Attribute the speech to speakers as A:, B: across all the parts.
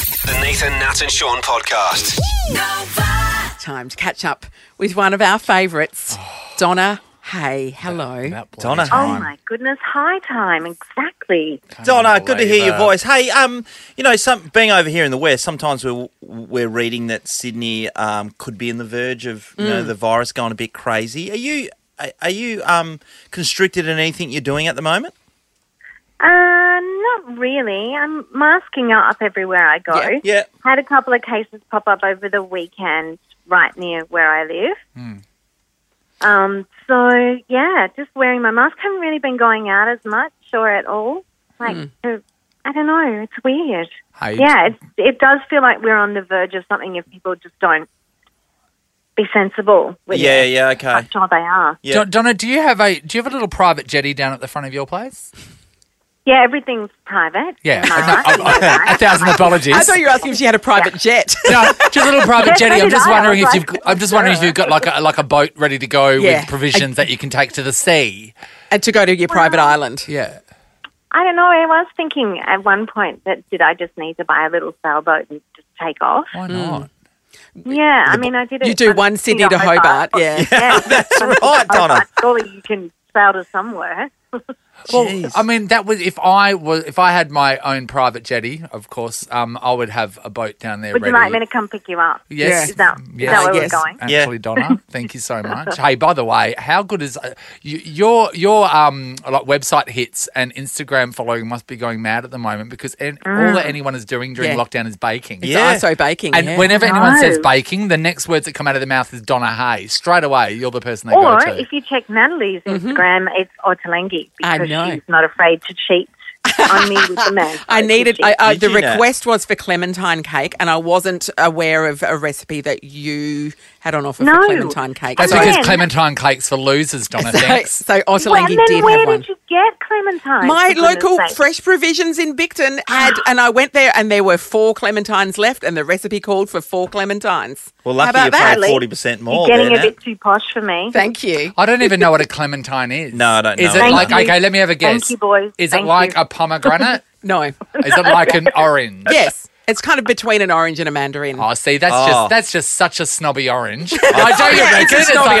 A: Ethan, Nat, and Sean podcast.
B: Time to catch up with one of our favourites, Donna Hay. Hello.
C: Donna.
D: Oh my goodness, high time, exactly.
C: Donna, good to hear your voice. Hey, um, you know, some being over here in the West, sometimes we're we're reading that Sydney um, could be in the verge of you
B: Mm.
C: know the virus going a bit crazy. Are you are- are you um, constricted in anything you're doing at the moment?
D: Uh, not really. I'm masking up everywhere I go.
B: Yeah,
C: yeah.
D: Had a couple of cases pop up over the weekend right near where I live. Um, so yeah, just wearing my mask. Haven't really been going out as much or at all. Like, uh, I don't know. It's weird.
E: Hey,
D: Yeah, it, it does feel like we're on the verge of something if people just don't be sensible. With
C: Yeah,
D: it.
C: yeah, okay.
D: Like how they are.
C: Yeah.
E: Don- Donna, do you have a do you have a little private jetty down at the front of your place?
D: Yeah, everything's private.
E: Yeah,
D: Am I
E: No,
D: right?
E: I- I- a thousand apologies.
B: I thought you were asking if she had a private jet.
E: no, just a little private
D: That's
E: jetty.
D: what
E: I'm just
D: I was
E: wondering if
D: like,
E: you've. I'm just wondering if you've got like a like a boat ready to go
B: Yeah.
E: with provisions that you can take to the sea.
B: and to go to your private island.
E: Yeah.
D: I don't know. I was thinking at one point that did I just need to buy a little sailboat and just take off?
E: Why not?
D: Yeah, I mean, I did it.
B: You do
D: I'm
B: one
D: thinking
B: Sydney to
D: of
B: Hobart, yeah.
D: yeah. That's
C: right, Donna.
D: Surely you can sail to somewhere.
E: Well,
D: um,
E: I mean, that was if I was if I had my own private jetty, of course, um, I would have a boat down there.
D: Would
E: ready.
D: you like me to come pick you up?
E: Yes.
D: Is that, is
E: Yes.
D: that where
B: Yes.
D: we're going?
C: Yeah.
E: Actually, Donna, thank you so much. hey, by the way, how good is uh, y- your your um like website hits and Instagram following must be going mad at the moment because an, all
D: Mm.
E: that anyone is doing during
B: Yeah.
E: lockdown is baking.
B: It's
C: Yeah.
B: ISO baking.
E: And
B: yeah.
E: whenever anyone
D: No.
E: says baking, the next words that come out of their mouth is Donna Hay. Straight away, you're the person they
D: Or
E: go to.
D: if you check Natalie's Instagram, it's Ottolenghi
B: Mm-hmm. I
D: because
B: know.
D: she's not afraid to cheat on me with the man.
B: I needed I, I,
C: Did
B: the
C: you know?
B: request was for clementine cake, and I wasn't aware of a recipe that you had on offer
D: No.
B: for clementine cake.
E: That's
B: so,
E: because
D: When?
E: clementine cakes for losers, Donna.
B: so,
E: thanks.
B: so
D: well, and
B: Ottolenghi
D: then
B: did
D: where
B: have
D: did
B: one.
D: you get Clementine?
B: My
D: for goodness
B: local
D: sake?
B: fresh provisions in Bicton had, and I went there, and there were four clementines left, and the recipe called for four clementines.
C: Well,
B: How
C: lucky
B: about
C: you
B: that?
C: paid forty percent
D: You're
C: more.
D: getting
C: there,
D: a
C: Nat.
D: bit too posh for me.
B: Thank you.
E: I don't even know what a clementine is.
C: No, I don't
E: Is
C: know.
E: it
C: Thank
E: like
D: you.
E: okay? Let me have a guess.
D: Thank you, boys.
E: Is
D: Thank
E: it like
D: you.
E: a pomegranate?
B: No.
E: is it like an orange?
B: Yes, it's kind of between an orange and a mandarin.
E: Oh, see, that's
C: Oh.
E: just that's just such a snobby orange. I don't even
B: it's a
E: reckon it's
B: snobby
E: like,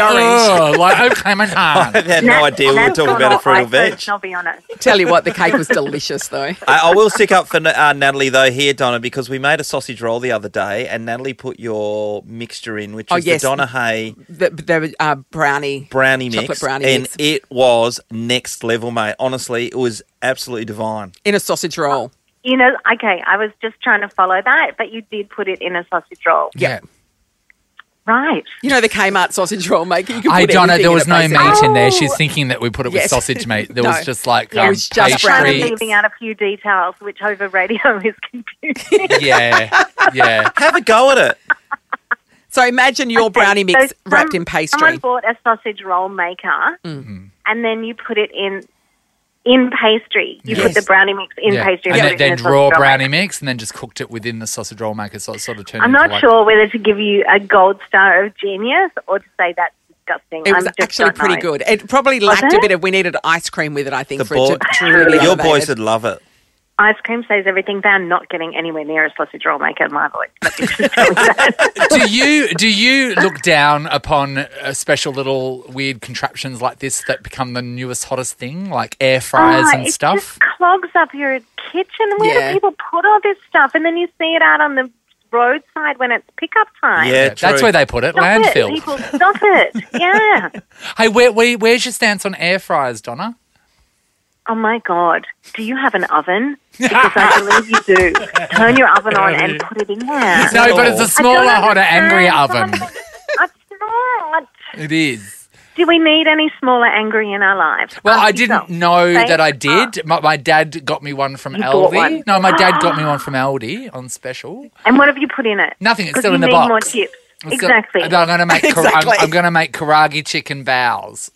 E: orange. like oh,
C: I
E: clementine.
C: had no idea we were
D: Nat's
C: talking
D: got
C: about a
D: all
C: fruit or
D: ice
C: veg.
D: cream, I'll be honest.
B: Tell you what, the cake was delicious though.
C: I, I will stick up for uh, Natalie though here, Donna, because we made a sausage roll the other day, and Natalie put your mixture in, which
B: Oh,
C: is
B: yes.
C: the Donna Hay
B: The, the uh, brownie.
C: brownie
B: Chocolate
C: mix,
B: brownie
C: and
B: mix.
C: it was next level, mate. Honestly, it was absolutely divine.
B: in a sausage roll.
D: You know, okay, I was just trying to follow that, but you did put it in a sausage roll.
E: Yeah.
D: Right.
B: You know the Kmart sausage roll maker. You can
E: Hey
B: put
E: Donna,
B: everything
E: there
B: in
E: was
B: it,
E: no meat
B: basically.
E: in there.
D: Oh.
E: She's thinking that we put it with
B: Yes.
E: sausage meat. There
B: No.
E: was just like
B: Yeah,
E: um,
B: it was just
D: I'm
B: brownie.
E: pastry.
D: leaving out a few details, which over radio is confusing.
E: Yeah, yeah.
C: Have a go at it.
B: So imagine your brownie
D: So
B: mix wrapped
D: some-
B: in pastry. Mm-hmm.
D: Someone bought a sausage roll maker, and then you put it in in pastry. You
B: Yes.
D: put the brownie mix in
E: yeah.
D: pastry,
E: and then,
D: put it in a
E: then
D: sausage
E: raw
D: roll maker.
E: brownie mix, and then just cooked it within the sausage roll maker. So it sort of turned.
D: I'm
E: into
D: not
E: like,
D: sure whether to give you a gold star of genius or to say that's disgusting.
B: It was
D: I'm just
B: actually
D: don't
B: pretty
D: know.
B: good. It probably lacked a
D: it?
B: bit of. We needed ice cream with it, I think,
C: The
B: for
C: boy,
B: it to truly be
C: your boys
B: elevated.
C: would love it.
D: Ice cream says everything. They're not getting anywhere near a sausage roll maker in my voice.
E: do you do you look down upon uh, special little weird contraptions like this that become the newest hottest thing, like air fryers
D: Ah,
E: and
D: it
E: stuff?
D: just clogs up your kitchen. Where
B: Yeah.
D: do people put all this stuff? And then you see it out on the roadside when it's pickup time.
C: Yeah,
E: That's
C: true.
E: where they put it,
D: Stop
E: landfill.
D: It. People, stop it. Yeah.
E: Hey, where, where, where's your stance on air fryers, Donna?
D: Oh my God. Do you have an oven? Because I believe you do. Turn your oven on and put it in there.
E: No, but it's a
D: I don't
E: smaller, hotter,
D: understand.
E: angrier oven.
D: It's not.
E: It is.
D: Do we need any smaller angry in our lives?
E: Well,
D: Ask
E: I didn't
D: yourself.
E: know
D: They
E: that I
D: are.
E: did. My, my dad got me one from
D: You bought
E: Aldi.
D: one? Ah.
E: No, my dad got me one from Aldi on special.
D: And what have you put in it?
E: Nothing, it's
D: 'Cause
E: still
D: you
E: in the
D: need
E: box.
D: More tips.
E: It's got-
D: Exactly.
E: I'm going to make kara-
B: Exactly.
E: I'm, I'm going to make karagi chicken bows.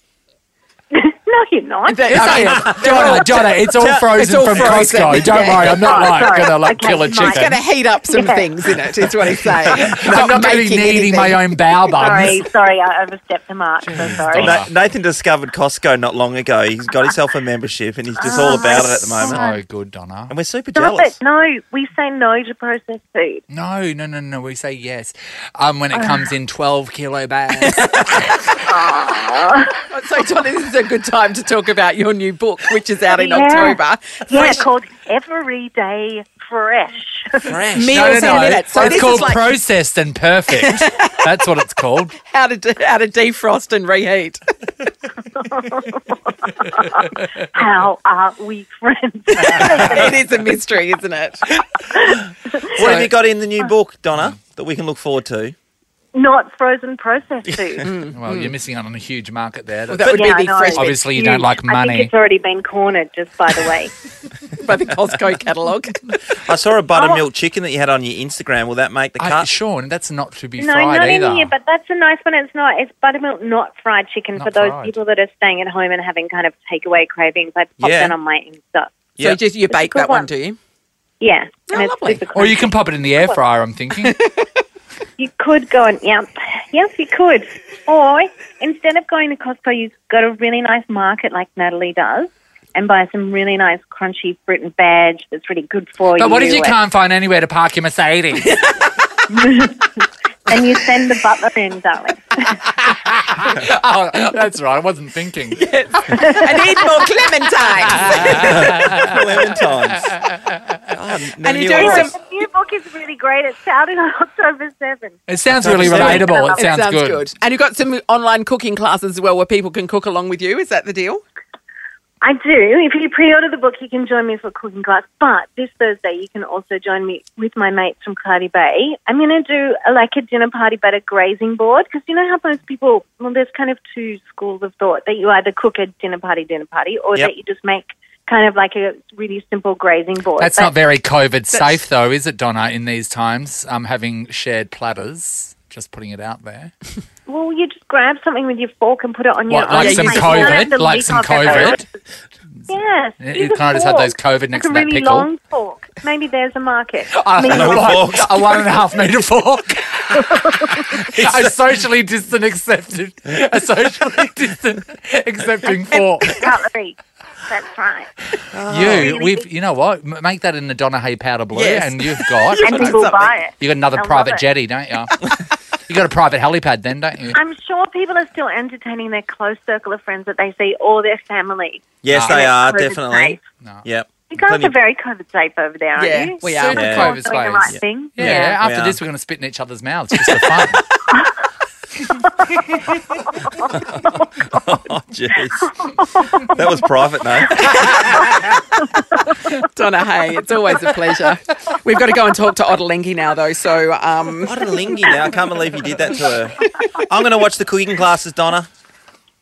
D: No, you're not.
B: They-
E: It's
B: I mean,
E: all- Donna, Donna, it's all frozen
B: it's all
E: from
B: frozen.
E: Costco. Don't
B: Yeah.
E: worry, I'm not
D: Oh,
E: like
D: sorry.
E: gonna like
D: Okay,
E: kill a
D: right.
E: chicken.
D: It's
B: It's going to heat up some
D: Yeah.
B: things in it. Is what he's saying.
E: I'm not going to be
B: making
E: kneading
B: anything.
E: my own bow buns.
D: sorry, sorry, I overstepped the mark. So sorry.
E: Donna.
C: Na- Nathan discovered Costco not long ago. He's got himself a membership and he's just all
B: Ah.
C: about it at the moment.
E: So Oh, good, Donna.
C: And we're super
D: Stop
C: jealous.
D: it. No, we say no to processed food.
E: No, no, no, no. We say yes. Um, when it comes in twelve kilo bags.
B: So, John, this is a good time to talk about your new book, which is out in
D: Yeah.
B: October.
D: Yeah,
B: Fresh
D: called Everyday Fresh.
C: Fresh.
B: meals in a minute. So
E: it's
B: this
E: called
B: is like
E: processed and perfect. That's what it's called.
B: how to de- how to defrost and reheat.
D: How are we friends?
B: it is a mystery, isn't it?
C: What have you got in the
B: Ah.
C: new book, Donna, that we can look forward to?
D: Not frozen processed
B: Mm.
D: food.
E: Well, you're missing out on a huge market there.
B: Well,
E: That's-
B: that would
D: Yeah, I
B: be the
D: know.
B: fresh
E: Obviously, you don't like
D: I think
E: money.
D: it's already been cornered, just by the way.
B: by the Costco catalogue.
C: I saw a
B: Oh.
C: buttermilk chicken that you had on your Instagram. Will that make the
E: I,
C: cut?
E: Sean, that's not to be
D: No,
E: fried
D: not
E: either.
D: in here, but that's a nice one. It's not. It's buttermilk, not fried chicken
E: Not
D: for those
E: fried.
D: people that are staying at home and having kind of takeaway cravings. I pop
C: Yeah.
D: that on my Insta.
B: So
C: Yeah.
B: just you bake
D: good
B: that one,
D: one.
B: do you?
D: Yeah, and it's
B: lovely.
D: super
E: or you
D: crunchy.
E: can pop it in the air fryer. I'm thinking.
D: You could go and yep, yes, you could. Or instead of going to Costco, you go to a really nice market like Natalie does, and buy some really nice crunchy fruit and veg that's really good for you.
E: But what if you
D: and-
E: can't find anywhere to park your Mercedes?
D: And you send the butler in, darling.
E: oh, that's right. I wasn't thinking.
B: I need more clementines.
C: Clementine's. God, never
B: And you're
C: knew
B: doing
C: I
B: some-
C: was-
D: the new book is really great. It's out in October 7th.
E: It sounds really
C: That's what I'm
E: relatable. It
D: saying.
E: sounds, good.
B: And you've got some online cooking classes as well where people can cook along with you. Is that the deal?
D: I do. If you pre-order the book, you can join me for a cooking class. But this Thursday, you can also join me with my mates from Cardi Bay. I'm going to do a, like a dinner party, but a grazing board because you know how most people. Well, there's kind of two schools of thought that you either cook a dinner party, dinner party, or
C: Yep.
D: that you just make kind of like a really simple grazing board.
E: That's
D: But
E: not very COVID safe, though, is it, Donna? In these times, um, having shared platters. Just putting it out there.
D: Well, you just grab something with your fork and put it on
E: What,
D: your.
E: like
D: own
E: some
D: plate. You don't have
E: COVID?
D: to
E: Like
D: leave
E: some
D: off your
E: COVID?
D: plate. Yes.
E: You
D: use a
E: can't just have
D: fork.
E: those COVID next to
D: like a
E: that
D: really
E: pickle.
D: long fork. Maybe there's a market.
E: Uh,
D: Maybe
E: a,
C: No
E: one-
C: forks.
E: a one and a half meter fork. a socially distant accepted, a socially distant accepting fork.
D: cutlery. That's right. Oh,
E: you, we've, you know what? M- Make that in the Donna Hay powder blue,
B: Yes.
E: and you've got
D: and people buy it.
E: you got another
D: I love
E: private
D: it.
E: jetty, don't you? you got a private helipad, then, don't you?
D: I'm sure people are still entertaining their close circle of friends that they see or their family.
C: Yes,
E: No.
C: they are,
D: COVID
C: definitely.
D: safe.
E: No.
C: Yep.
D: You guys
C: Plenty-
D: are very COVID safe over there, aren't
B: Yeah,
D: you?
B: we are.
E: Super
D: You're
C: Yeah.
D: all
E: COVID
D: doing the
E: safe.
D: right
E: Yeah.
D: thing.
E: Yeah,
C: We
E: after
C: are.
E: this, we're going to spit in each other's mouths just for fun.
C: Oh, jeez. that was private, no?
B: Donna Hay, it's always a pleasure. We've got to go and talk to Ottolenghi now, though. So, um,
C: What a lingy now. I can't believe you did that to her. I'm going to watch the cooking classes, Donna.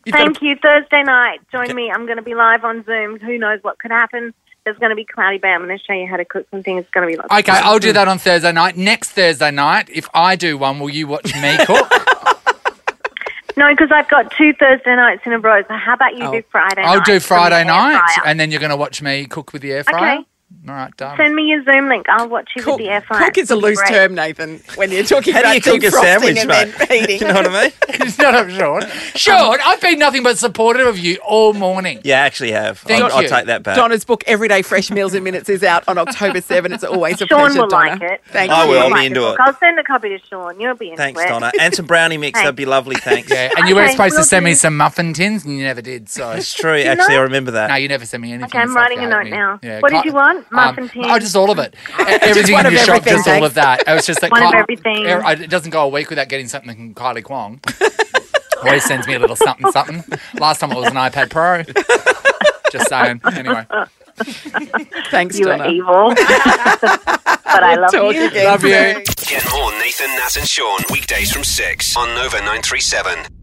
B: you've got to-
D: Thank you. Thursday night, join me. I'm going to be live on Zoom. Who knows what could happen? There's going to be cloudy bay. I'm going to show you how to cook some things. It's going to be lots.
E: Okay, I'll do that on Thursday night. Next Thursday night, if I do one, will you watch me cook?
D: No, because I've got two Thursday nights in a row. So how about you
B: Oh.
D: do Friday?
E: I'll
D: night
E: do
D: from
E: Friday
D: the air
E: night,
D: fryer.
E: and then you're going to watch me cook with the air fryer.
D: Okay.
E: All right, done.
D: Send me your Zoom link. I'll watch you
B: Cook,
D: with the air fryer.
B: cook is a
D: It'll be
B: loose
D: great.
B: term, Nathan, when you're talking
C: How do
B: about
C: you cook a
B: defrosting
C: sandwich,
B: and
C: mate?
B: then eating.
C: You know what I mean?
E: It's not up, Sean. Sean, I've been nothing but supportive of you all morning.
C: Yeah, I actually have.
E: Thank
C: I'll, I'll
E: you.
C: take that back.
B: Donna's book, Everyday Fresh Meals in Minutes, is out on October 7. It's always a
D: Sean
B: pleasure,
D: will
B: Donna.
D: like it.
B: Thank
C: I
B: you.
C: will.
D: You'll
C: be
D: like
C: into
D: the
C: it.
D: book. I'll send a copy to Sean. You'll be into
C: Thanks,
D: it.
C: Donna. And some brownie mix. That'd be lovely. Thanks.
E: Yeah, and you were
D: Okay,
E: supposed to
D: will
E: send me
D: do.
E: some muffin tins, and you never did. So
C: It's true. Actually, I remember that.
E: no, you never sent me anything.
D: Okay, I'm
E: so
D: writing
E: you
D: a
E: hate
D: note
E: me.
D: now. What did
E: Cla-
D: you want? Muffin tins?
E: Oh, just all of it. E- everything
B: one
E: in
B: of
E: your shop,
B: everything,
E: just all
B: thanks.
E: of that. It was just that
D: One of
E: Kylie-
D: everything.
E: er, I- It doesn't go a week without getting something from Kylie Kwong. Always sends me a little something, something. Last time it was an iPad Pro. Just saying. Anyway,
B: Thanks,
D: You
B: Donna.
D: are evil. but I love
B: Talk
D: you.
B: again
E: love you.
B: soon.
A: Get more Nathan, Nat, and Sean weekdays from 6 on Nova 937.